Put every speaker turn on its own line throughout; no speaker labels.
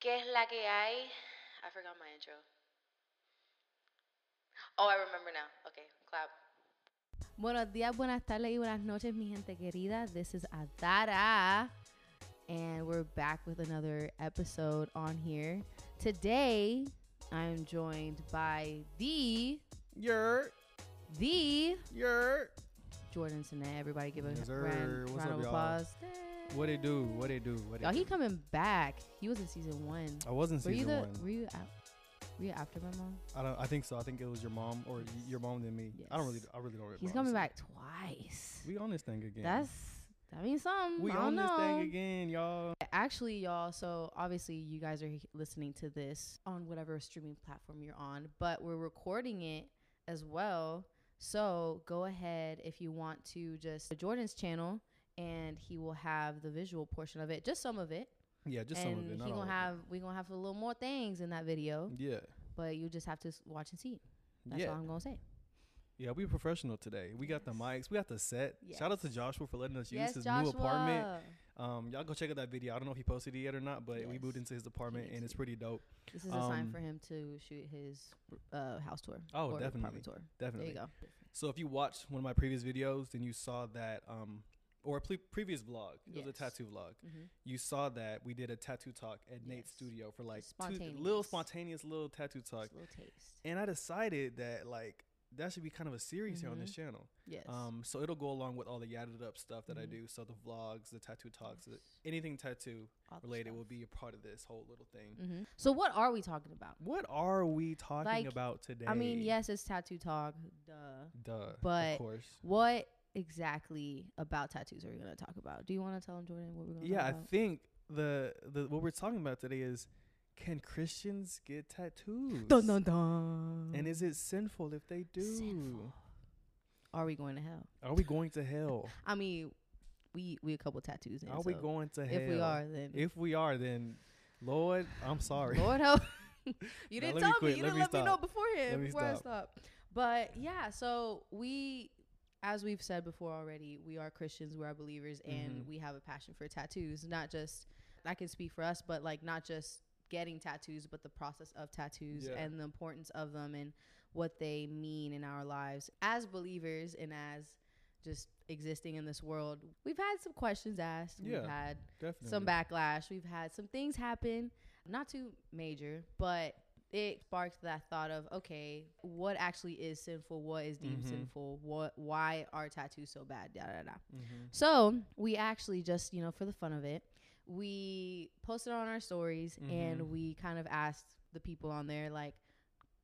¿Qué es la que hay? I forgot my intro. Oh, I remember now. Okay, clap.
Buenos días, buenas tardes y buenas noches, mi gente querida. This is Adara, and we're back with another episode on here. Today, I'm joined by the
Yer,
the
yer.
Jordan Sinet. Everybody, give a
Yes, sir.
round,
What's
round
up,
of
y'all?
applause.
What it do? What it do? What it
Y'all, he
do?
coming back. He was in season one.
I was in
were you
Oh, season
the? Were
one.
you out? Were you after my mom?
I don't. I think so. I think it was your mom or y- your mom than me. I don't really.
Yes.
I really don't remember.
He's coming
honestly.
back twice.
We on this thing again.
That's that means something.
we
I don't
on this
know.
thing again, y'all.
Actually, y'all, so obviously you guys are he- listening to this on whatever streaming platform you're on, but we're recording it as well. So go ahead if you want to just Jordan's channel and he will have the visual portion of it, just some of it.
Yeah, just
and
some of it. Not
he
all
gonna
of
have we gonna have a little more things in that video,
it. Yeah,
but you just have to s- watch and see. That's
yeah,
all I'm gonna say.
yeah. We professional today. We got the mics. We got the set. Shout out to Joshua for letting us use his new apartment. Um, y'all go check out that video. I don't know if he posted it yet or not, but we
Yes.
moved into his apartment
needs
and it's
to.
pretty dope.
This is a sign
Um,
for him to shoot his uh, house tour.
Oh,
or
definitely,
apartment tour. There
Definitely.
you go.
So if you watched one of my previous videos, then you saw that, um, or a pre- previous vlog. It was a
Yes.
tattoo vlog.
Mhm.
you saw that we did a tattoo talk at Nate's
Yes.
studio for like two
Spontaneous.
little spontaneous little tattoo talk.
Just a little taste.
And I decided that like that should be kind of a series here on this channel.
Mm-hmm. Yes.
Um so it'll go along with all the yadded up stuff that I
Mhm.
do. So the vlogs, the tattoo talks, the-
Yes.
anything tattoo related will be a part of this whole little thing.
hmm So what are we talking about?
What are we talking
Like,
about today?
I mean, yes, it's tattoo talk. Duh.
Duh.
but-
of course.
What exactly about tattoos are we gonna talk about? Do you want to tell them, Jordan, what we're gonna?
Yeah, I
talk about?
think the the what we're talking about today is can Christians get tattoos?
Dun dun dun.
And is it sinful if they do?
Sinful. Are we going to hell?
Are we going to hell?
I mean, we we a couple tattoos in.
Are we
so
going to hell?
If we are, then
If we are, then Lord, I'm sorry.
Lord help. you
Now,
didn't
let me
tell me.
quit.
You
Let
didn't
me
let me know
stop.
beforehand
Let me
before I stopped. But yeah, so we, as we've said before already, we are Christians, we are believers, and
Mhm.
we have a passion for tattoos. Not just I can speak for us, but like not just getting tattoos, but the process of tattoos
Yeah.
and the importance of them and what they mean in our lives as believers and as just existing in this world. We've had some questions asked.
Yeah.
We've had
Definitely.
some backlash. We've had some things happen, not too major, but it sparked that thought of okay, what actually is sinful? What is deemed
Mhm.
sinful? What? Why are tattoos so bad? Da da da.
Mhm.
So we actually just you know for the fun of it, we posted on our stories
Mhm.
and we kind of asked the people on there like,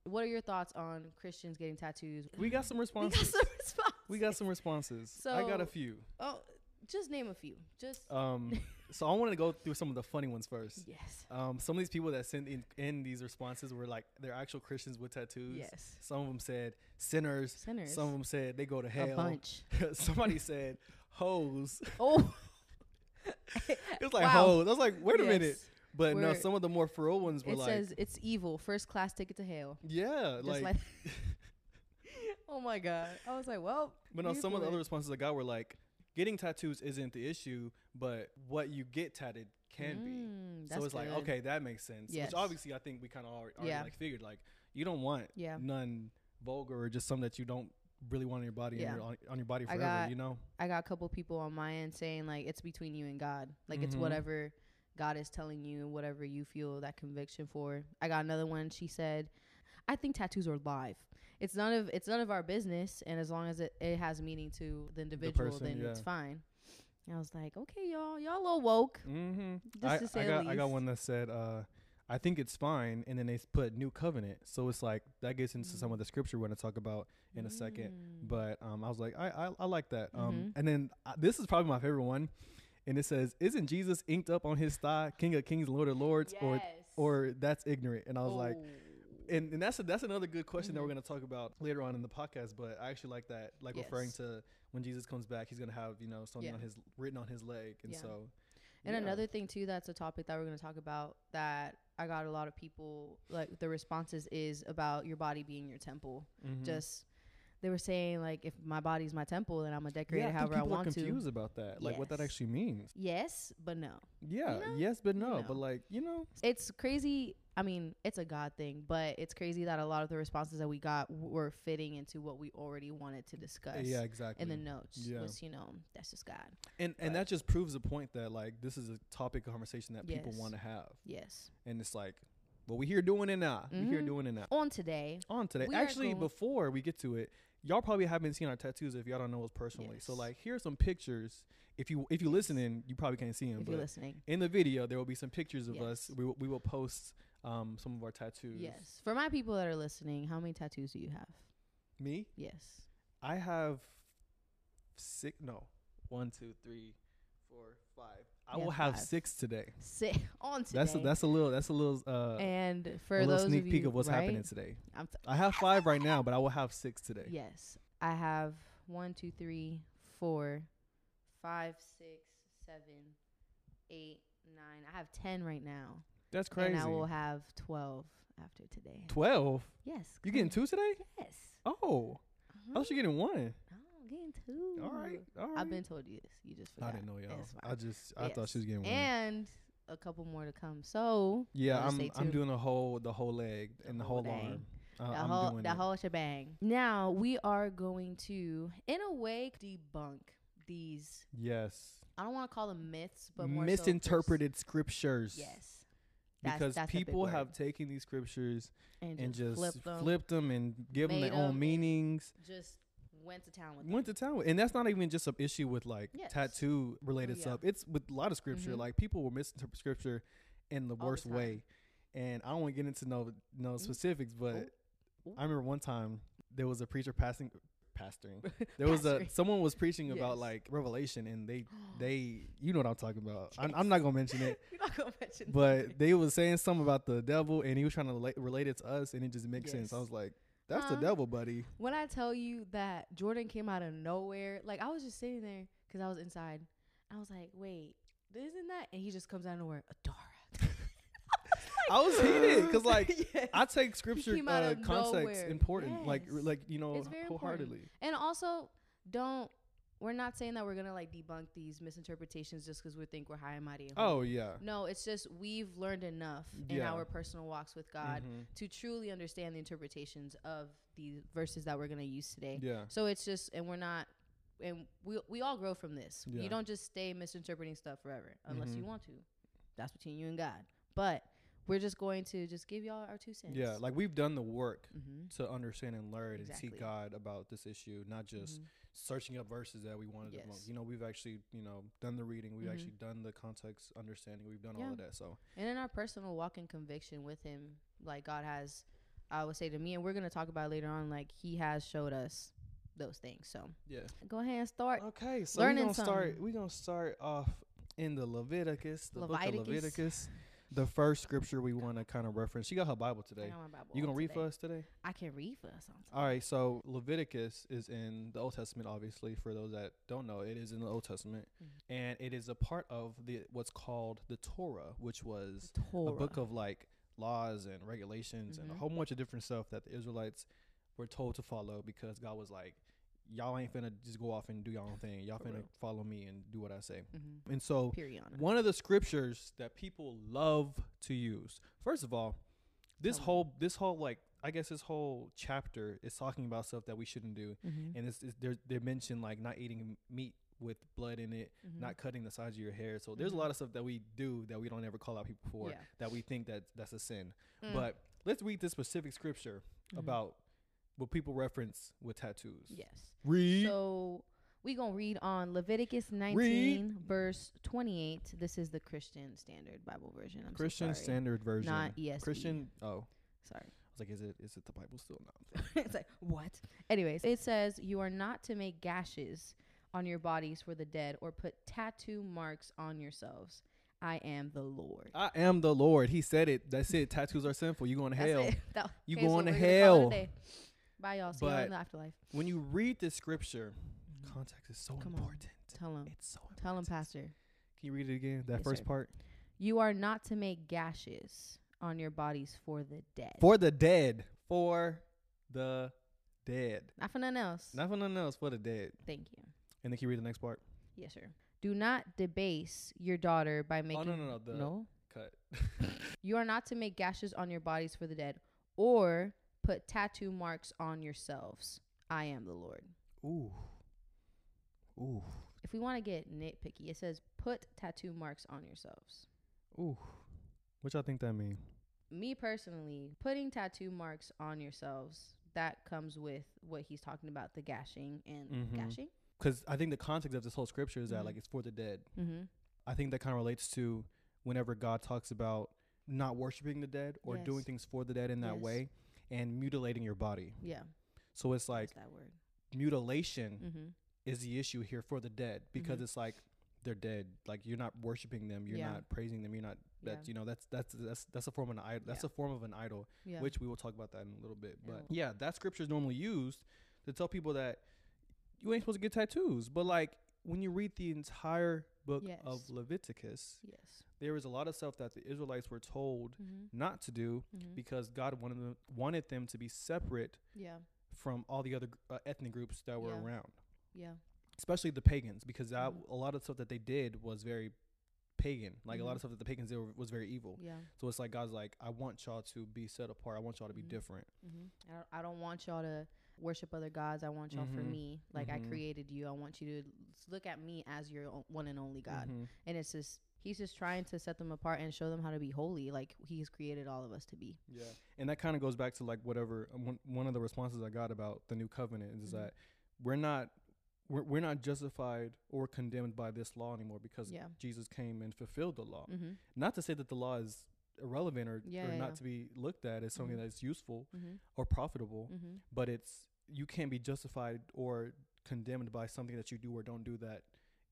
what are your thoughts on Christians getting tattoos?
We got some
We got
responses.
some response.
We got some responses. I got a
So-
few.
oh, just name a few. Just
Um, so I wanted to go through some of the funny ones first.
yes,
Um, some of these people that sent in, in these responses were like they're actual Christians with tattoos.
yes,
Some of them said sinners.
sinners.
Some of them said they go to hell.
a bunch.
Somebody said hoes.
Oh,
It was like
Wow.
hoes. I was like, wait a minute.
Yes.
But no,
We're-
some of the more feral ones were
It
like,
says it's evil. First class ticket to hell.
yeah,
Just
like,
like, oh my god! I was like, well,
But no,
you
some of the
can-
other responses I got were like, getting tattoos isn't the issue, but what you get tatted can
Mm,
be. So
that's
it's like,
good.
okay, that makes sense.
Yes.
Which obviously I think we kind of already, already
Yeah.
like figured. Like, you don't want
Yeah.
none vulgar or just something that you don't really want on your body
Yeah.
and your, on, on your body
I
forever.
got-
you know,
I got a couple people on my end saying like it's between you and God. Like it's
Mhm.
whatever God is telling you and whatever you feel that conviction for. I got another one. She said, "I think tattoos are live. It's none of it's none of our business, and as long as it, it has meaning to the individual,
person,
then it's
yeah.
fine." And I was like, "Okay, y'all, y'all a little woke."
mm-hmm.
Just
I,
to
I
say the
got I got
least.
one that said, uh, I think it's fine, and then they s- put new covenant. So it's like that gets into
Mm.
some of the scripture we're gonna talk about in a second. but um, I was like, I I, I like that. Um,
Mhm.
and then uh, this is probably my favorite one, and it says, "Isn't Jesus inked up on his thigh, King of Kings, Lord of Lords, or or that's ignorant?" And I was
Oh.
like, and, and that's a, that's another good question that we're gonna talk about later on in the podcast. But I actually like that, like referring
Mm-hmm. Yes.
to when Jesus comes back, he's gonna have you know something
Yeah.
on his written on his leg, and
Yeah.
so
And
yeah.
another thing too, that's a topic that we're going to talk about. That I got a lot of people like the responses is about your body being your temple.
Mhm.
Just they were saying like if my body's my temple then I'm gonna decorate it however I
people are
want to.
confused about that, like what that
Yes.
actually means.
Yes, but no.
Yeah,
know?
yes, but no,
know.
but like you know,
It's crazy. I mean, it's a God thing, but it's crazy that a lot of the responses that we got were fitting into what we already wanted to discuss.
yeah, exactly.
In the notes
Yeah.
was, you know, that's just God.
and
but-
and that just proves the point that like this is a topic of conversation that people
Yes.
want to have,
Yes.
and it's like, well, we here doing it now. We here
Mhm.
doing it now.
On today,
on today.
We are
Actually,
going-
before we get to it, y'all probably haven't seen our tattoos if y'all don't know us personally. So
Yes.
like, here are some pictures. If you if you listening, you probably can't see them,
if you're
but
listening.
in the video there will be some pictures of us.
Yes.
We will, we will post um some of our tattoos.
Yes. For my people that are listening, how many tattoos do you have?
Me,
Yes.
I have six. No, one, two, three, four, five. I
You
will
have
have
five.
six today.
Sit on today.
That's a, that's a little that's a little uh
and for
a
those
little sneak
of
peek
you,
of what's
right?
happening today.
I'm t-
I have five right now, but I will have six today.
Yes. I have one, two, three, four, five, six, seven, eight, nine. I have ten right now.
That's crazy.
And I will have twelve after today.
Twelve.
yes.
You getting
correct.
two today?
Yes.
Oh, I
Uh-huh.
thought you getting one.
Oh, I'm getting two.
All right, all right.
I've been told you this. You just
I
forgot.
didn't know y'all.
It's fine.
I just I thought she
Yes.
was getting one.
And a couple more to come. So
yeah,
Gotta
I'm
stay
I'm
tuned.
doing the whole the whole leg
The
and the
whole
whole,
leg.
arm. Uh,
the
I'm
whole
doing
the
it.
whole shebang. Now we are going to, in a way, debunk these.
yes.
I don't want to call them myths, but more so just-
Misinterpreted scriptures.
yes, That's-
Because
that's a big
people
word.
have taken these scriptures
and,
and just flipped them,
them,
and give them
made
their own
them.
meanings.
just went to town with
Went to
them.
town, with- and that's not even just an issue with like
Yes. Oh,
tattoo related
yeah.
stuff. It's with a lot of scripture.
Mhm.
Like people will misinterpret scripture in the
the
worst
time.
way, and I don't want to get into no no
Mm.
specifics, but
Oh.
I remember one time there was a preacher passing pastoring. There was a
Pastoring.
someone was preaching about
Yes.
like Revelation, and they they you know what I'm talking about. I'm, I'm not gonna mention it,
You're not gonna mention that.
but they was saying something about the devil, and he was trying to relate, relate it to us, and it just makes sense. I
Yes.
was like, that's the
Huh?
devil, buddy.
When I tell you that Jordan came out of nowhere, like I was just sitting there because I was inside. I was like, wait, isn't that? And he just comes out of nowhere, Adora.
I was heated because like
Yes.
I take scripture
came out
uh,
of
context
nowhere.
important, like
Yes.
like you know
It's very important.
wholeheartedly.
And also, don't. We're not saying that we're gonna like debunk these misinterpretations just because we think we're high and mighty. And holy.
Oh yeah,
no, it's just we've learned enough in
Yeah.
our personal walks with God
Mhm.
to truly understand the interpretations of the verses that we're gonna use today.
yeah.
So it's just, and we're not, and we we all grow from this.
Yeah.
You don't just stay misinterpreting stuff forever unless you
Mhm.
want to. That's between you and God. But we're just going to just give y'all our two cents.
Yeah, like we've done the work
hmm
to understand and learn and
Exactly. Mm-hmm.
see God about this issue, not just searching up verses that we wanted to
Yes.
debunk. You know, we've actually, you know, done the reading, we've
Mhm.
actually done the context understanding, we've done
Yeah.
all of that. So
And in our personal walk and conviction with him, like God has, I would say to me, and we're gonna talk about it later on, like he has showed us those things. So
yeah.
go ahead and start.
Okay, so
Learning
we're gonna start
something.
we're gonna start off in the Leviticus, the book
Leviticus.
of Leviticus. The first scripture we wanna kinda reference. She got her Bible
I
today.
got my Bible
You gonna
on
read
today.
for us today?
I can read for us. on
All right, so Leviticus is in the Old Testament, obviously. For those that don't know, it is in the Old Testament,
Mhm.
and it is a part of the what's called the Torah, which was
Torah.
a book of like laws and regulations and
Mhm.
a whole bunch of different stuff that the Israelites were told to follow because God was like, y'all ain't finna just go off and do y'all own thing. Y'all
For
finna
real.
follow me and do what I say.
Mhm.
And so,
Period.
one of the scriptures that people love to use. First of all, this
Tell me.
whole this whole like I guess this whole chapter is talking about stuff that we shouldn't do,
Mhm.
and it's, it's they're they mention like not eating meat with blood in it,
Mhm.
not cutting the sides of your hair. So there's
Mhm.
a lot of stuff that we do that we don't ever call out people for
Yeah.
that we think that that's a sin.
Mm.
But let's read this specific scripture
Mhm.
about what people reference with tattoos.
yes.
Read.
So we gonna read on Leviticus 19 verse 28. This is the Christian Standard Bible version. I'm so
Christian
sorry.
Standard Version.
Not E ESV.
Christian. Oh,
Sorry.
I was like, is it is it the Bible still? No.
it's like what? Anyways, it says you are not to make gashes on your bodies for the dead or put tattoo marks on yourselves. I am the Lord.
I am the Lord. He said it. That's it. Tattoos are sinful. You going to
That's
hell.
it. That-
You
okay, so
going to
we're gonna call it a
hell.
day. Bye, y'all. See y'all
But-
in the afterlife.
When you read this scripture, context is so
Mm-hmm. Come on.
important.
Tell him.
It's so important.
Tell him, Pastor.
Can you read it again? That
Yes,
first
sir.
part.
You are not to make gashes on your bodies for the dead.
For the dead. For the dead.
Not for nothing else.
Not for nothing else, for the dead.
Thank you.
And then can you read the next part?
Yes, sir. Do not debase your daughter by making.
Oh, no, no, no, the-
no.
Cut.
You are not to make gashes on your bodies for the dead, or put tattoo marks on yourselves. I am the Lord.
Ooh. Ooh.
If we want to get nitpicky, it says put tattoo marks on yourselves.
Ooh. What y'all think that mean?
Me personally, putting tattoo marks on yourselves, that comes with what he's talking about the gashing and
Mhm.
gashing.
Because I think the context of this whole scripture is that
Mhm.
like it's for the dead.
Mm-hmm.
I think that kind of relates to whenever God talks about not worshiping the dead or
Yes.
doing things for the dead in that
Yes.
way and mutilating your body.
Yeah.
So it's like
that's that word.
mutilation
Mm-hmm.
is the issue here for the dead because
Mhm.
it's like they're dead. Like you're not worshiping them, you're
Yeah.
not praising them, you're not.
Yeah.
That's you know that's that's that's that's a form of an idol. That's
Yeah.
a form of an idol,
Yeah.
which we will talk about that in a little bit. But
Oh.
yeah, that scripture is normally used to tell people that you ain't supposed to get tattoos. But like when you read the entire book of
Yes.
Leviticus,
yes.
there is a lot of stuff that the Israelites were told
Mm-hmm.
not to do
Mm-hmm.
because God wanted them, wanted them to be separate
Yeah.
from all the other gr- uh, ethnic groups that were
Yeah.
around
Yeah.
especially the pagans because that
Mhm.
a lot of stuff that they did was very pagan like a lot
Mhm.
of stuff that the pagans did were- was very evil
Yeah.
so it's like god's like i want y'all to be set apart i want y'all to be
Mhm.
different
Mm-hmm. I, don't, I don't want y'all to worship other gods. I want y'all for
Mhm.
me. Like
Mhm.
I created you. I want you to look at me as your o- one and only
Mm-hmm.
God. And it's just he's just trying to set them apart and show them how to be holy, like he's created all of us to be.
yeah and that kind of goes back to like whatever um, one, one of the responses i got about the new covenant is
Mhm.
that we're not we're, we're not justified or condemned by this law anymore because
Yeah.
jesus came and fulfilled the law
Mm-hmm.
not to say that the law is irrelevant or,
Yeah,
or
yeah,
not
yeah.
to be looked at as something
Mhm.
that's useful
Mm-hmm.
or profitable
Mm-hmm.
but it's you can't be justified or condemned by something that you do or don't do that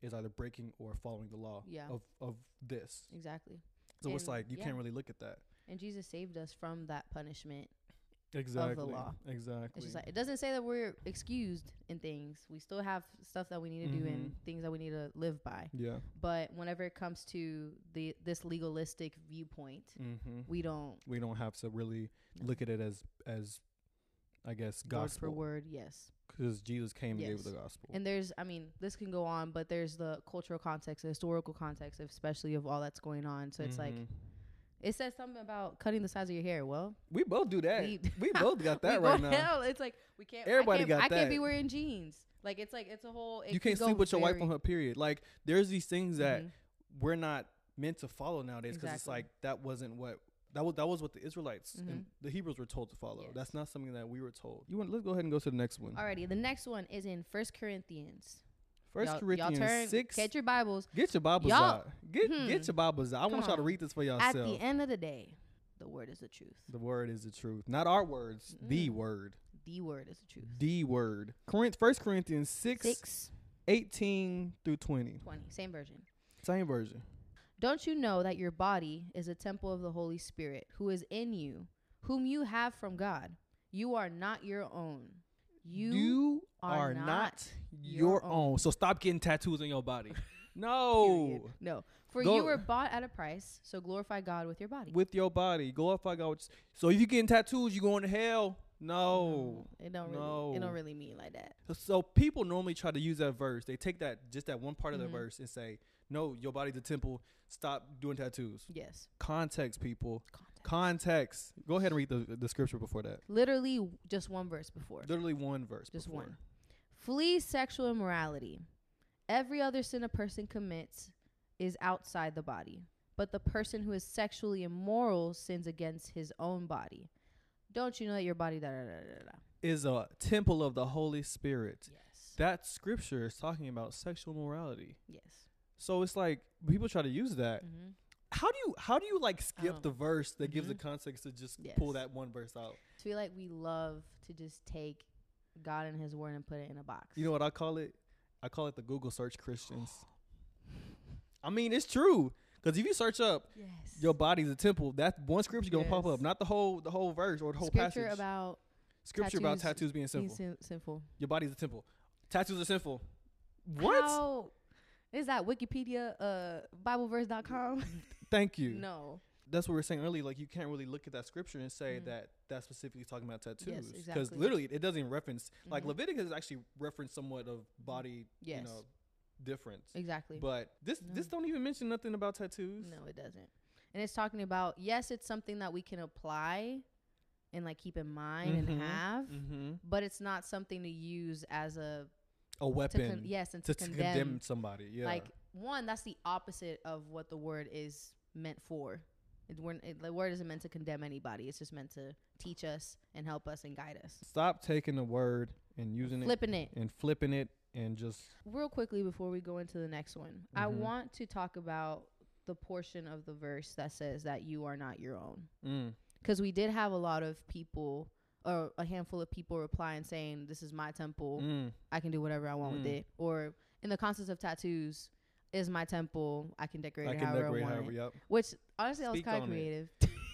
is either breaking or following the law
Yeah.
of of this.
Exactly.
So it's
And,
like you
yeah.
can't really look at that.
And Jesus saved us from that punishment.
Exactly.
law.
Exactly.
It's just like it doesn't say that we're excused in things. We still have stuff that we need to do and
Mhm.
things that we need to live by.
yeah.
But whenever it comes to the this legalistic viewpoint,
Mm-hmm.
we don't
We don't have to really
No.
look at it as as I guess
word for
gospel
word, yes.
because Jesus came and
Yes.
gave the gospel.
And there's, I mean, this can go on, but there's the cultural context, the historical context, especially of all that's going on. So it's like
Mhm.
it says something about cutting the size of your hair. Well,
we both do that.
we-
We, both got that
we
right
go-
now.
hell, it's like we can't.
Everybody
I can't,
got
I can't be
that.
wearing jeans. Like it's like it's a whole. It
You
can
can't
go
sleep with your wife
very-
on her period. Like there's these things that
Mhm.
we're not meant to follow nowadays because it's
Exactly.
like that wasn't what that was that was what the Israelites and
Mhm.
the Hebrews were told to follow.
Yes.
That's not something that we were told. You want let's go ahead and go to the next one.
Alrighty, the next one is in First Corinthians.
First
Y'all- y'all
Corinthians
turn-
six.
Get your Bibles.
Get your Bibles
Y'all-
out. Get
Hmm.
get your Bibles out. I
Come
want y'all to
on.
read this for
At
yourself.
the end of the day, the word is the truth.
the word is the truth, not our words. The
Mm.
word,
The word is the truth.
the word. Corinth, First Corinthians 6,
Six
18 through twenty.
twenty, same version.
Same version.
Don't you know that your body is a temple of the Holy Spirit who is in you, whom you have from God? You are not your own. You, are not your
your own. So stop getting tattoos on your body.
period.
no.
no. For
Go-
you were bought at a price, so glorify God with your body.
with your body. Glorify God. With so if you getting tattoos, you going to hell. No.
it don't really it
no.
don't really mean like that.
So people normally try to use that verse. They take that just that one part of
Mhm.
the verse and say, "No, your body's a temple. Stop doing tattoos."
Yes.
Context, people.
Context.
Context. Go ahead and read the, the scripture before that.
Literally just one verse before.
Literally one verse.
Just
before.
one. Flee sexual immorality. Every other sin a person commits is outside the body, but the person who is sexually immoral sins against his own body. Don't you know that your body da da da da da?
Is a temple of the Holy Spirit.
Yes.
That scripture is talking about sexual morality.
Yes.
So it's like people try to use that.
Mm-hmm.
How do you how do you like skip
Oh.
the verse that gives the
Mhm.
context to just
Yes.
pull that one verse out?
I feel like we love to just take God and His Word and put it in a box.
You know what I call it? I call it the Google search Christians. I mean, it's true. Cause if you search up
Yes.
your body's a temple, that one scripture gonna pop
Yes.
up, not the whole the whole verse or the whole
scripture
passage.
about
scripture about
tattoos
tattoos being
being
sinful.
sin- sinful.
Your body's a temple. Tattoos are sinful. What?
How is that Wikipedia? Uh, BibleVerse.com.
Thank you.
no.
that's what we were saying earlier. Like you can't really look at that scripture and say
Mhm.
that that's specifically talking about tattoos because
exactly.
literally it doesn't reference like
Mhm.
Leviticus actually referenced somewhat of body,
Yes.
you know, difference.
Exactly.
But this
No.
this don't even mention nothing about tattoos.
No, it doesn't. And it's talking about yes, it's something that we can apply and like keep in mind
Mhm.
and have,
Mm-hmm.
but it's not something to use as a
A
to
weapon
con- yes and
to,
to,
to condemn,
condemn.
somebody. Yeah.
Like one, that's the opposite of what the word is meant for. It, we're, it, the word isn't meant to condemn anybody. It's just meant to teach us and help us and guide us.
Stop taking the word and using
Flipping it.
it and flipping it and just
real quickly before we go into the next one, I
Mhm.
want to talk about the portion of the verse that says that you are not your own.
mm,
Because we did have a lot of people, or a handful of people, reply and saying, This is my temple.
mm,
I can do whatever I want with
Mm.
it. Or in the concept of tattoos, is my temple. I can decorate
I
it
can
however
decorate
I want.
however.
it.
Yep.
Which honestly, that was
Speak
kind
on
of
it.
creative.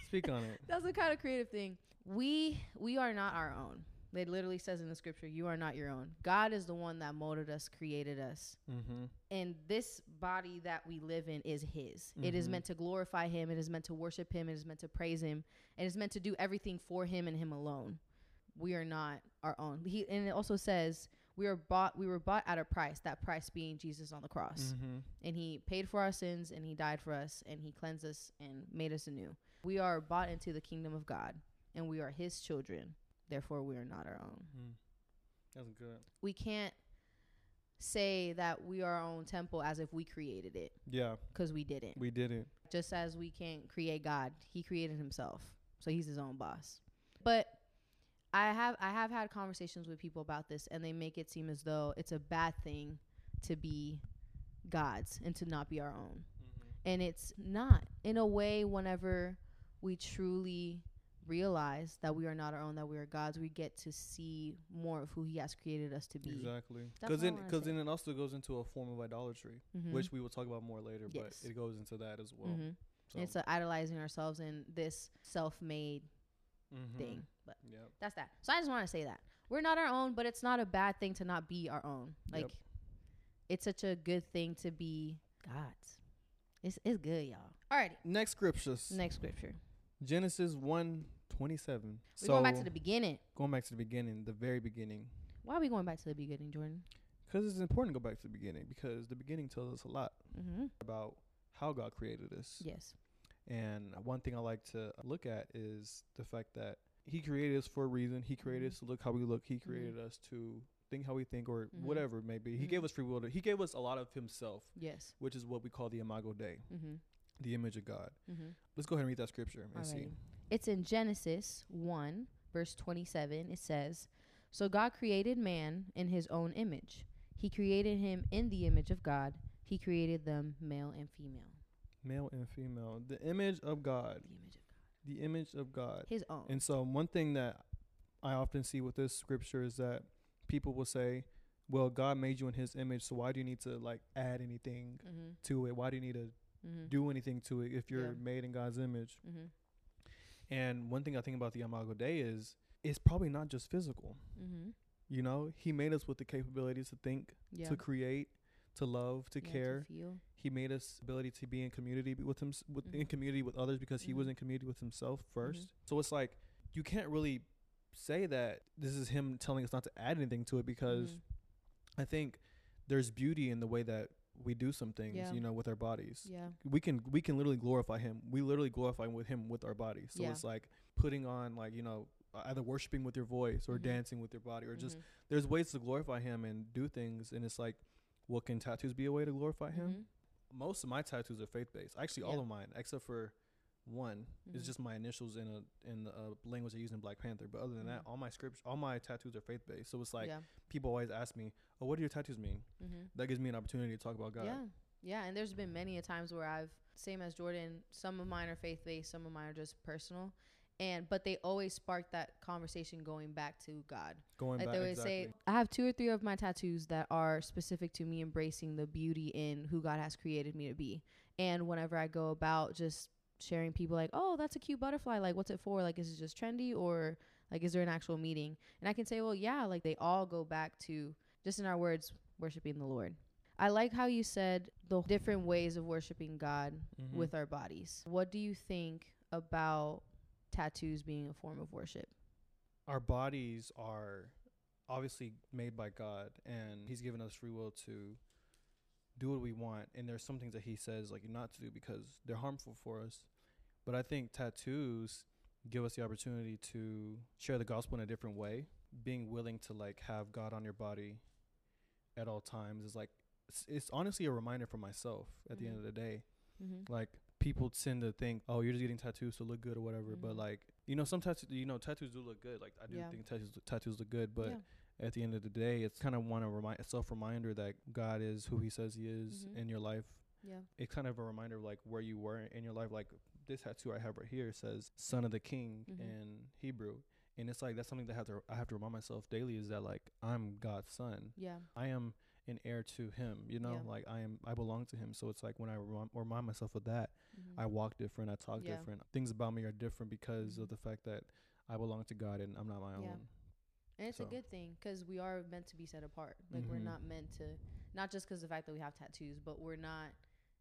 Speak on it.
That's the kind of creative thing. We we are not our own. It literally says in the scripture, "You are not your own." God is the one that molded us, created us,
Mm-hmm.
and this body that we live in is His. It is
Mhm.
meant to glorify Him. It is meant to worship Him. It is meant to praise Him. It is meant to do everything for Him and Him alone. We are not our own. He and it also says we are bought. We were bought at a price. That price being Jesus on the cross
Mm-hmm.
and he paid for our sins and he died for us and he cleansed us and made us anew. We are bought into the kingdom of God and we are his children. Therefore, we are not our own.
Mm. That's good.
We can't say that we are our own temple as if we created it
Yeah,
because we didn't.
we did it.
Just as we can't create God, he created himself. So he's his own boss. But I have I have had conversations with people about this and they make it seem as though it's a bad thing to be God's and to not be our own
Mm-hmm.
and it's not in a way whenever we truly realize that we are not our own that we are god's we get to see more of who he has created us to be
Exactly.
That's
Because
what I
then,
wanna
because
say.
then it also goes into a form of idolatry,
Mhm.
which we will talk about more later.
Yes.
But it goes into that as well.
Mhm.
So,
it's uh, idolizing ourselves in this self-made
mhm.
thing but
Yep.
that's that so i just want to say that we're not our own but it's not a bad thing to not be our own like
Yep.
it's such a good thing to be god's it's, it's good y'all alrighty
Next scriptures.
next scripture
Genesis one twenty seven.
we're
So
going back to the beginning
going back to the beginning, the very beginning,
why are we going back to the beginning jordan
because it's important to go back to the beginning because the beginning tells us a lot
mm-hmm.
about how God created us.
yes
And one thing I like to look at is the fact that He created us for a reason. He created us to look how we look. He created us to think how we think, or
Mhm.
whatever it may be. He
Mhm.
gave us free will. To, he gave us a lot of Himself,
yes
which is what we call the Imago Dei,
mm-hmm.
the image of God.
Mm-hmm.
Let's go ahead and read that scripture and see.
Alrighty. It's in Genesis 1, verse 27. It says, So God created man in his own image. He created him in the image of God. He created them male and female.
Male and female, the image of God,
The image of
the image of God.
His own.
And so, one thing that I often see with this scripture is that people will say, "Well, God made you in His image, so why do you need to like add anything
mm-hmm.
to it? Why do you need to
Mm-hmm.
do anything to it if you're
Yeah.
made in God's image.
mm-hmm.
And one thing I think about the Imago Dei is it's probably not just physical.
Mm-hmm.
You know, He made us with the capabilities to think,
Yeah.
to create, to love, to
Yeah,
care.
feel.
He made us ability to be in community with him, with
Mhm.
in community with others because He was
Mhm.
in community with Himself 1st So it's like you can't really say that this is Him telling us not to add anything to it because
Mhm.
I think there's beauty in the way that we do some things.
Yeah.
You know, with our bodies
Yeah.
we can we can literally glorify him. We literally glorify with him with our body. So
Yeah.
it's like putting on like you know e-, either worshiping with your voice or
Mhm.
dancing with your body or just
Mhm.
there's ways to glorify him and do things. And it's like, well, can tattoos be a way to glorify him?
Mhm.
Most of my tattoos are faith based. Actually, all
Yeah.
of mine except for one
Mhm.
is just my initials in a in the uh, language I use in Black Panther. But other than that,
Mhm.
all my scripts, all my tattoos are faith based. So it's like
yeah.
people always ask me, "Oh, what do your tattoos mean?"
Mm-hmm.
That gives me an opportunity to talk about God.
Yeah. Yeah. And there's been many a times where I've same as Jordan, some of mine are faith based, some of mine are just personal. And but they always spark that conversation going back to God.
Going
Like
back,
they would
exactly.
say, I have two or three of my tattoos that are specific to me embracing the beauty in who God has created me to be. And whenever I go about just sharing people like, oh, that's a cute butterfly. Like, what's it for? Like, is it just trendy or like, is there an actual meaning? And I can say, well, yeah, like they all go back to just in our words, worshiping the Lord. I like how you said the different ways of worshiping God
Mhm.
with our bodies. What do you think about tattoos being a form of worship?
our bodies are obviously made by God, and He's given us free will to do what we want. And there's some things that He says like not to do because they're harmful for us. But I think tattoos give us the opportunity to share the gospel in a different way. Being willing to like have God on your body at all times is like it's, it's honestly a reminder for myself at the end
Mhm.
of the day
Mm-hmm.
like people tend to think oh you're just getting tattoos to look good or whatever but
Mhm.
like you know some tattoos you know tattoos do look good like i do
Yeah.
think tattoos tattoos look good but
Yeah.
at the end of the day it's kind of want to remind a self reminder that god is who he says he is
Mhm.
in your life
Yeah.
it's kind of a reminder of like where you were in your life like this tattoo i have right here says son of the king
Mhm.
in hebrew and it's like that's something that I have to I have to remind myself daily is that like I'm God's son.
Yeah.
I am an heir to him, you know,
Yeah.
like I am, I belong to him. So it's like when I remi- remind myself of that,
mhm.
I walk different, I talk
Yeah.
different. Things about me are different because
Mhm.
of the fact that I belong to God and I'm not my
Yeah.
own.
And it's a
So.
good thing 'cause we are meant to be set apart. Like we're
Mhm.
not meant to, not just 'cause the fact that we have tattoos, but we're not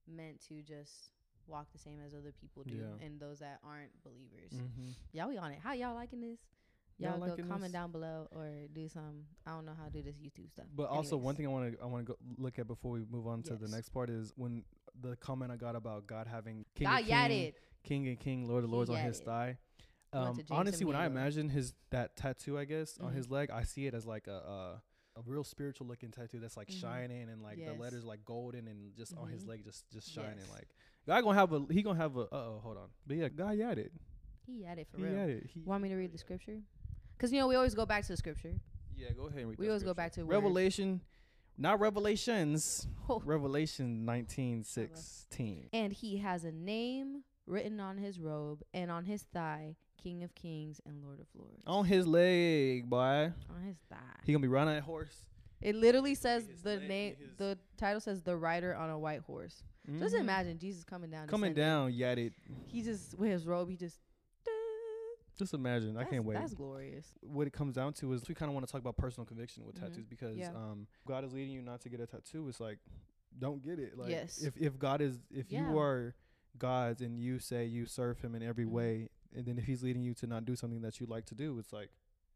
meant to just walk the same as other people do
Yeah.
and those that aren't believers.
Mm-hmm.
Y'all we on it. How y'all liking this? Y'all,
Y'all
go
liking
comment
this?
down below or do some. I don't know how to do this YouTube stuff.
But also one
Anyways.
thing I want to I want to go look at before we move on to the
Yes.
next part is when the comment I got about God having King
Y'all
of
yat
King,
it.
King and King, Lord of
He
Lords on
got
his
it.
thigh.
Went
Um,
to James
honestly, when I
Emilio.
imagine his that tattoo, I guess on
Mhm.
his leg, I see it as like a a, a real spiritual looking tattoo that's like
Mhm.
shining and like
Yes.
the letters like golden and just on his
Mhm.
leg just just shining
Yes.
like God gonna have a he gonna have a uh oh hold on but yeah God had it
He at it for
he
real.
had it he,
Want me to read the scripture? 'Cause you know we always go back to the scripture.
Yeah, go ahead and read
We
that
always go
scripture.
back to word.
Revelation, not Revelations.
Oh.
Revelation nineteen sixteen.
And he has a name written on his robe and on his thigh, King of Kings and Lord of Lords.
On his leg, boy.
On his thigh.
Oh, He gonna be riding that horse.
It literally says
his
the
leg,
name.
his-
The title says the rider on a white horse. Just
Mhm.
imagine Jesus coming down.
coming
descending.
down, yet it.
He just with his robe. He just.
Just imagine. I
That's-
can't wait.
That's glorious.
What it comes down to is we kind of want to talk about personal conviction with
Mhm.
tattoos because
Yeah.
um, God is leading you not to get a tattoo. It's like, don't get it. Like,
Yes.
if if God is if
Yeah.
you are God's and you say you serve Him in every
Mhm.
way, and then if He's leading you to not do something that you like to do, it's like,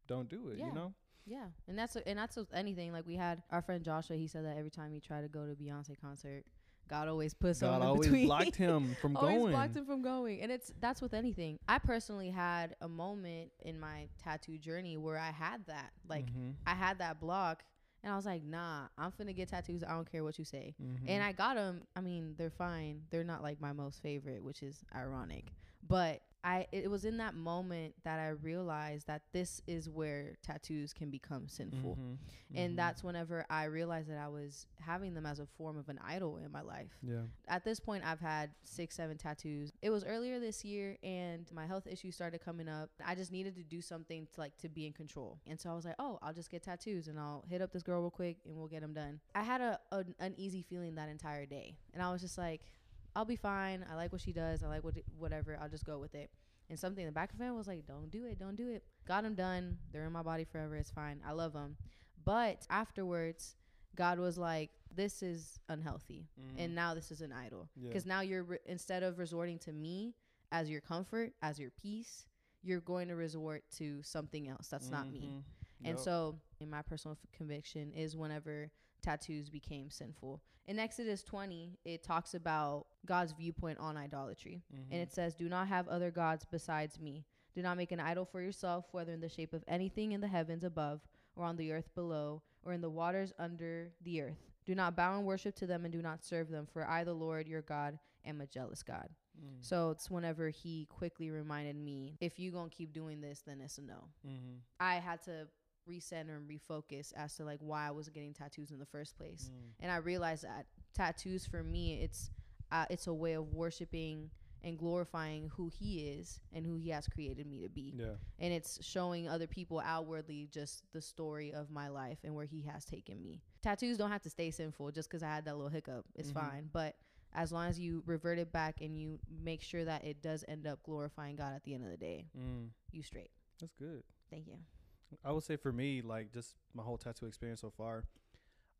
don't do it.
Yeah.
You know.
Yeah, and that's and that's with anything. Like we had our friend Joshua. He said that every time he tried to go to Beyonce concert, God always put
God
someone in
always
between.
blocked him from
always
going.
blocked him from going. And it's that's with anything. I personally had a moment in my tattoo journey where I had that. Like
Mhm.
I had that block, and I was like, Nah, I'm finna get tattoos. I don't care what you say.
Mhm.
And I got them. I mean, they're fine. They're not like my most favorite, which is ironic. But I it was in that moment that I realized that this is where tattoos can become sinful.
Mhm. Mhm.
And that's whenever I realized that I was having them as a form of an idol in my life.
yeah.
At this point, I've had six, seven tattoos. It was earlier this year, and my health issues started coming up. I just needed to do something to, like to be in control, and so I was like, "Oh, I'll just get tattoos, and I'll hit up this girl real quick, and we'll get them done." I had a an uneasy feeling that entire day, and I was just like, "I'll be fine. I like what she does. I like what whatever. I'll just go with it." And something in the back of my head was like, "Don't do it. Don't do it." Got them done. They're in my body forever. It's fine. I love them. But afterwards, God was like, "This is unhealthy." and now this is an idol
Mm. Mm-hmm. Yeah.
because now you're re- instead of resorting to me as your comfort as your peace you're going to resort to something else that's not me
Mhm.
and
Yup.
so in my personal f- conviction is whenever tattoos became sinful in exodus 20 it talks about god's viewpoint on idolatry
Mm-hmm.
and it says, Do not have other gods besides me. Do not make an idol for yourself, whether in the shape of anything in the heavens above, or on the earth below, or in the waters under the earth. Do not bow and worship to them, and do not serve them, for I, the Lord your God, am a jealous God.
Mhm.
So it's whenever he quickly reminded me, If you going to keep doing this, then it's a no.
Mhm.
I had to recenter and refocus as to like why I was getting tattoos in the first place
Mm.
and I realized that tattoos for me it's uh, it's a way of worshiping and glorifying who he is and who he has created me to be
Yeah.
and it's showing other people outwardly just the story of my life and where he has taken me tattoos don't have to stay sinful just 'cause i had that little hiccup it's
Mhm.
fine but as long as you revert it back and you make sure that it does end up glorifying god at the end of the day
Mm.
you straight
That's good.
thank you
I would say for me, like just my whole tattoo experience so far,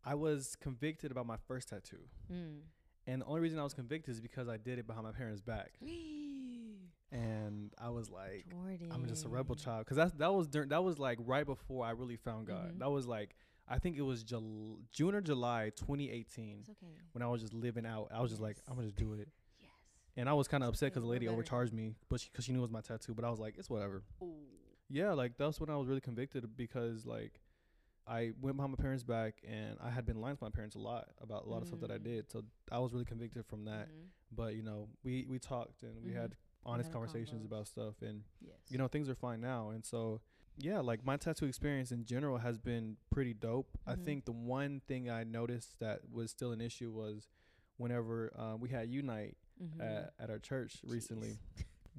I was convicted about my first tattoo.
Mm.
And the only reason I was convicted is because I did it behind my parents' back. And I was like,
Jordan.
I'm just a rebel child because that that was during that was like right before I really found God.
Mhm.
That was like I think it was Jul- June or July 2018
It's okay.
when I was just living out. I was just like,
Yes.
I'm gonna just do it,
Yes.
and I was kind of upset
okay,
because the
we're
lady
better.
overcharged me, but because she, knew it was my tattoo. But I was like, it's whatever. Yeah, like that's when I was really convicted because like I went behind my parents' back and I had been lying to my parents a lot about a lot of stuff that I
Mm.
did. So I was really convicted from that.
Mhm.
But you know, we we talked and we
Mhm.
had honest
had a
conversations
convo.
about stuff and
Yes.
you know things are fine now and so yeah like my tattoo experience in general has been pretty dope i
Mhm.
think the one thing i noticed that was still an issue was whenever uh, we had unite
Mhm.
at, at our church
Jeez.
recently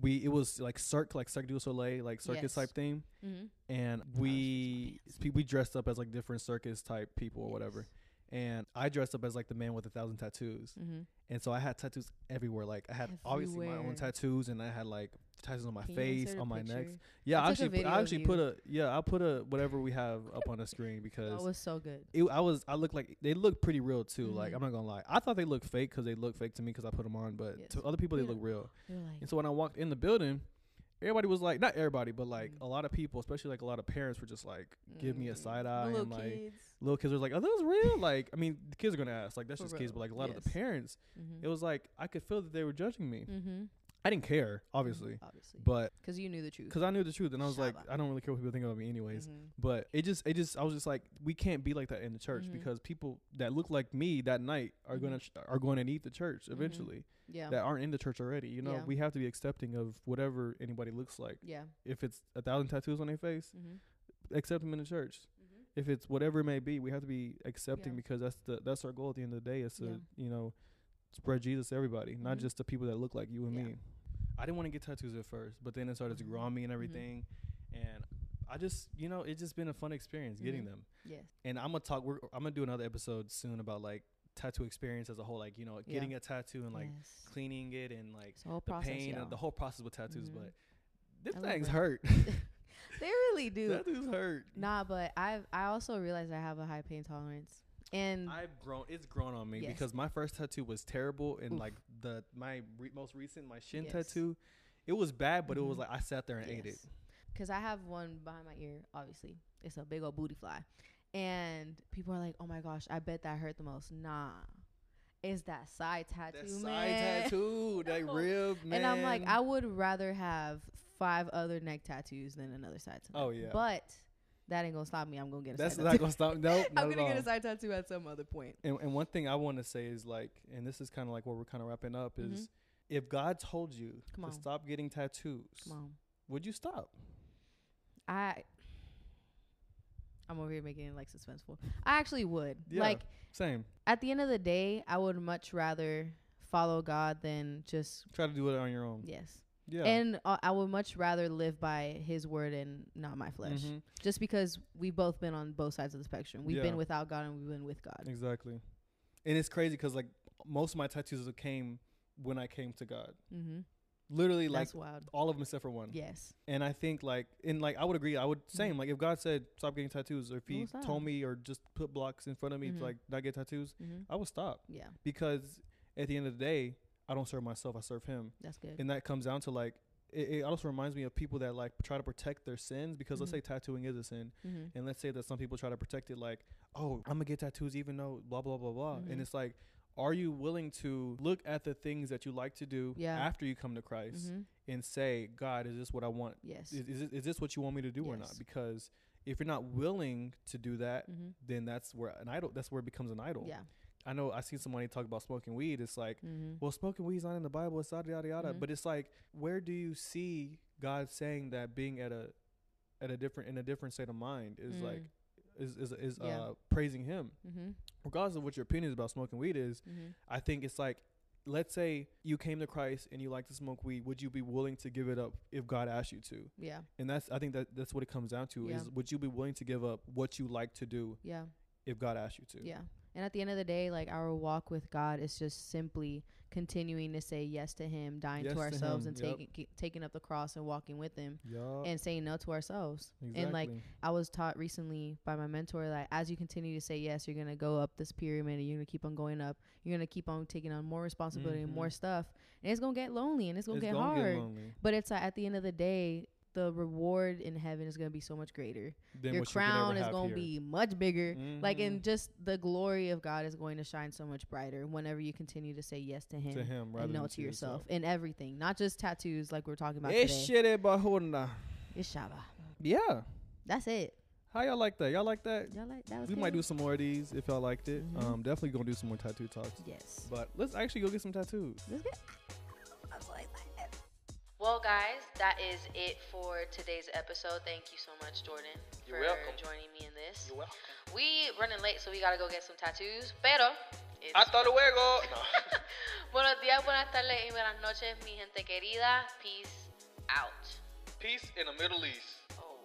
we it was like cirque like cirque du soleil like circus
Yes.
type thing
Mhm.
and
my
we
pants.
pe- we dressed up as like different circus type people or whatever
Yes.
and i dressed up as like the man with a thousand tattoos
Mhm.
and so I had tattoos everywhere. Like I had obviously my
Everywhere.
own tattoos, and I had like tattoos on my
Can you
face,
insert a
on my neck.
picture?
Yeah,
I took
I
a
actually, put,
video
I
of
actually put a yeah, I put a whatever we have up on the screen
That
because
was so good.
it, I was I looked like they looked pretty real too. Like
Mhm.
I'm not gonna lie, I thought they looked fake because they looked fake to me because I put them on, but
Yes.
to other people they
Yeah.
look real.
You're like,
And so when I walked in the building, everybody was like, not everybody, but like
Mm.
a lot of people, especially like a lot of parents, were just like, give me a
mm,
side
the
eye
little
and, like,
kids.
little kids were like, are those real? like, I mean, the kids are gonna ask, like that's
For
just kids,
real.
but like a lot of the
Yes.
parents
Mhm.
it was like I could feel that they were judging me.
Mm-hmm.
I didn't care, obviously,
Obviously.
but
Because you knew the truth.
because I knew the truth, and I was like,
Shabba.
I don't really care what people think about me, anyways.
Mhm.
But it just, it just, I was just like, we can't be like that in the church
Mhm.
because people that look like me that night are
Mhm.
gonna ch- are going to need the church eventually
Mm-hmm. Yeah.
that aren't in the church already. You know,
Yeah.
we have to be accepting of whatever anybody looks like.
yeah.
If it's a thousand tattoos on their face,
Mm-hmm.
accept them in the church. If it's whatever it may be, we have to be accepting
Yeah.
because that's the that's our goal at the end of the day is to
Yeah.
you know spread Jesus to everybody, not
Mhm.
just the people that look like you and
Yeah. Mm-hmm.
me. I didn't want to get tattoos at first, but then it started to grow on me and everything, and I just you know it's just been a fun experience getting
Mhm.
them.
Yes.
And I'm gonna talk. We're, I'm gonna do another episode soon about like tattoo experience as a whole, like you know
Yeah.
getting a tattoo and like
yes.
cleaning it and like
It's a whole
the
process,
pain
y'all.
and the whole process with tattoos,
Mhm.
but. Them
I love
things
it.
hurt.
they really do.
tattoos hurt.
Nah, but I've I also realized I have a high pain tolerance, and
I've grown. It's grown on me
Yes.
because my first tattoo was terrible, and
Oof.
like the my re- most recent, my shin
Yes.
tattoo, it was bad, but it was
Mhm.
like I sat there and ate it.
Because I have one behind my ear, obviously. It's a big old booty fly. And people are like, oh my gosh, I bet that hurt the most. Nah. It's that side tattoo,
That side
man.
tattoo, that
No.
rib, man.
And I'm like, I would rather have five other neck tattoos than another side tattoo.
Oh, yeah.
But that ain't going to stop me. I'm going to get a
that's
side
not
tattoo.
gonna stop. No, not
I'm
at
going to
all.
get a side tattoo at some other point.
And, and one thing I want to say is like, and this is kind of like what we're kind of wrapping up is,
Mhm.
if God told you
Come
to
on.
stop getting tattoos,
Come on.
would you stop?
I. I'm over here making it like suspenseful. I actually would.
Yeah.
Like,
Same.
at the end of the day, I would much rather follow God than just
Try to do it on your own.
yes.
Mm. Yeah.
And uh, I would much rather live by His word and not my flesh.
Mhm.
Just because we've both been on both sides of the spectrum, we've
Yeah.
been without God and we've been with God.
Exactly. And it's crazy because like most of my tattoos came when I came to God.
Mm-hmm.
Literally, like uh,
That's wild.
all of them except for one.
Yes.
And I think like and like I would agree. I would same like if God said stop getting tattoos, or if He
will stop.
told me or just put blocks in front of me
Mhm.
to like not get tattoos,
Mm-hmm.
I would stop
Yeah,
because at the end of the day, I don't serve myself. I serve Him,
that's good.
and that comes down to like. It, it also reminds me of people that like try to protect their sins because let's
Mhm.
say tattooing is a sin,
Mm-hmm.
and let's say that some people try to protect it like oh i'm gonna get tattoos even though blah blah blah blah
Mhm.
and it's like are you willing to look at the things that you like to do
Yeah.
after you come to christ
Mm-hmm.
and say god is this what i want
Yes.
is, is, it- is this what you want me to do or not
Yes.
because if you're not willing to do that
Mm-hmm.
then that's where an idol that's where it becomes an idol
Yeah.
i know i seen somebody talk about smoking weed it's like
Mm-hmm.
well smoking weed's not in the bible it's yada yada yada
Mhm.
but it's like where do you see god saying that being at a at a different in a different state of mind is like is is, is
Yeah.
uh, praising him.
Mm-hmm.
Regardless of what your opinions about smoking weed is,
Mm-hmm.
I think it's like, let's say you came to Christ and you like to smoke weed, would you be willing to give it up if God asked you to?
Yeah.
And that's I think that that's what it comes down to
Yeah.
is would you be willing to give up what you like to do
Yeah.
if God asked you to?
Yeah. And at the end of the day, like our walk with God is just simply continuing to say yes to Him, dying
Yes
to
to
ourselves,
Him,
and
yep.
taking ke- taking up the cross and walking with Him,
Yeah.
and saying no to ourselves. And like
exactly.
I was taught recently by my mentor that as you continue to say yes, you're gonna go up this pyramid, and you're gonna keep on going up. You're gonna keep on taking on more responsibility
Mhm.
and more stuff, and it's gonna get lonely and it's gonna
It's
get
gonna
hard.
lonely
but it's like at the end of the day, the reward in heaven is gonna be so much greater.
than
Your
what you could ever
crown is
have
gonna
here.
be much bigger. Like
Mhm.
and just the glory of God is going to shine so much brighter whenever you continue to say yes to Him,
to him rather
and no
than
to yourself in everything, not just tattoos like we're talking about
Eh,
today.
shit, bahuna.
It's Shabbat.
Yeah.
That's it.
How y'all like that? Y'all like that?
Y'all like that? Was
We
good?
might do some more of these if y'all liked it.
Mhm.
Um, definitely gonna do some more tattoo talks.
Yes.
But let's actually go get some tattoos.
Let's get
Well, guys, that is it for today's episode. Thank you so much, Jordan,
You're
for
welcome.
joining me in this.
You're welcome.
We running late, so we gotta go get some tattoos. Pero it's
Hasta luego.
buenos días, buenas tardes, y buenas noches, mi gente querida. Peace out.
Peace in the Middle East.
Oh.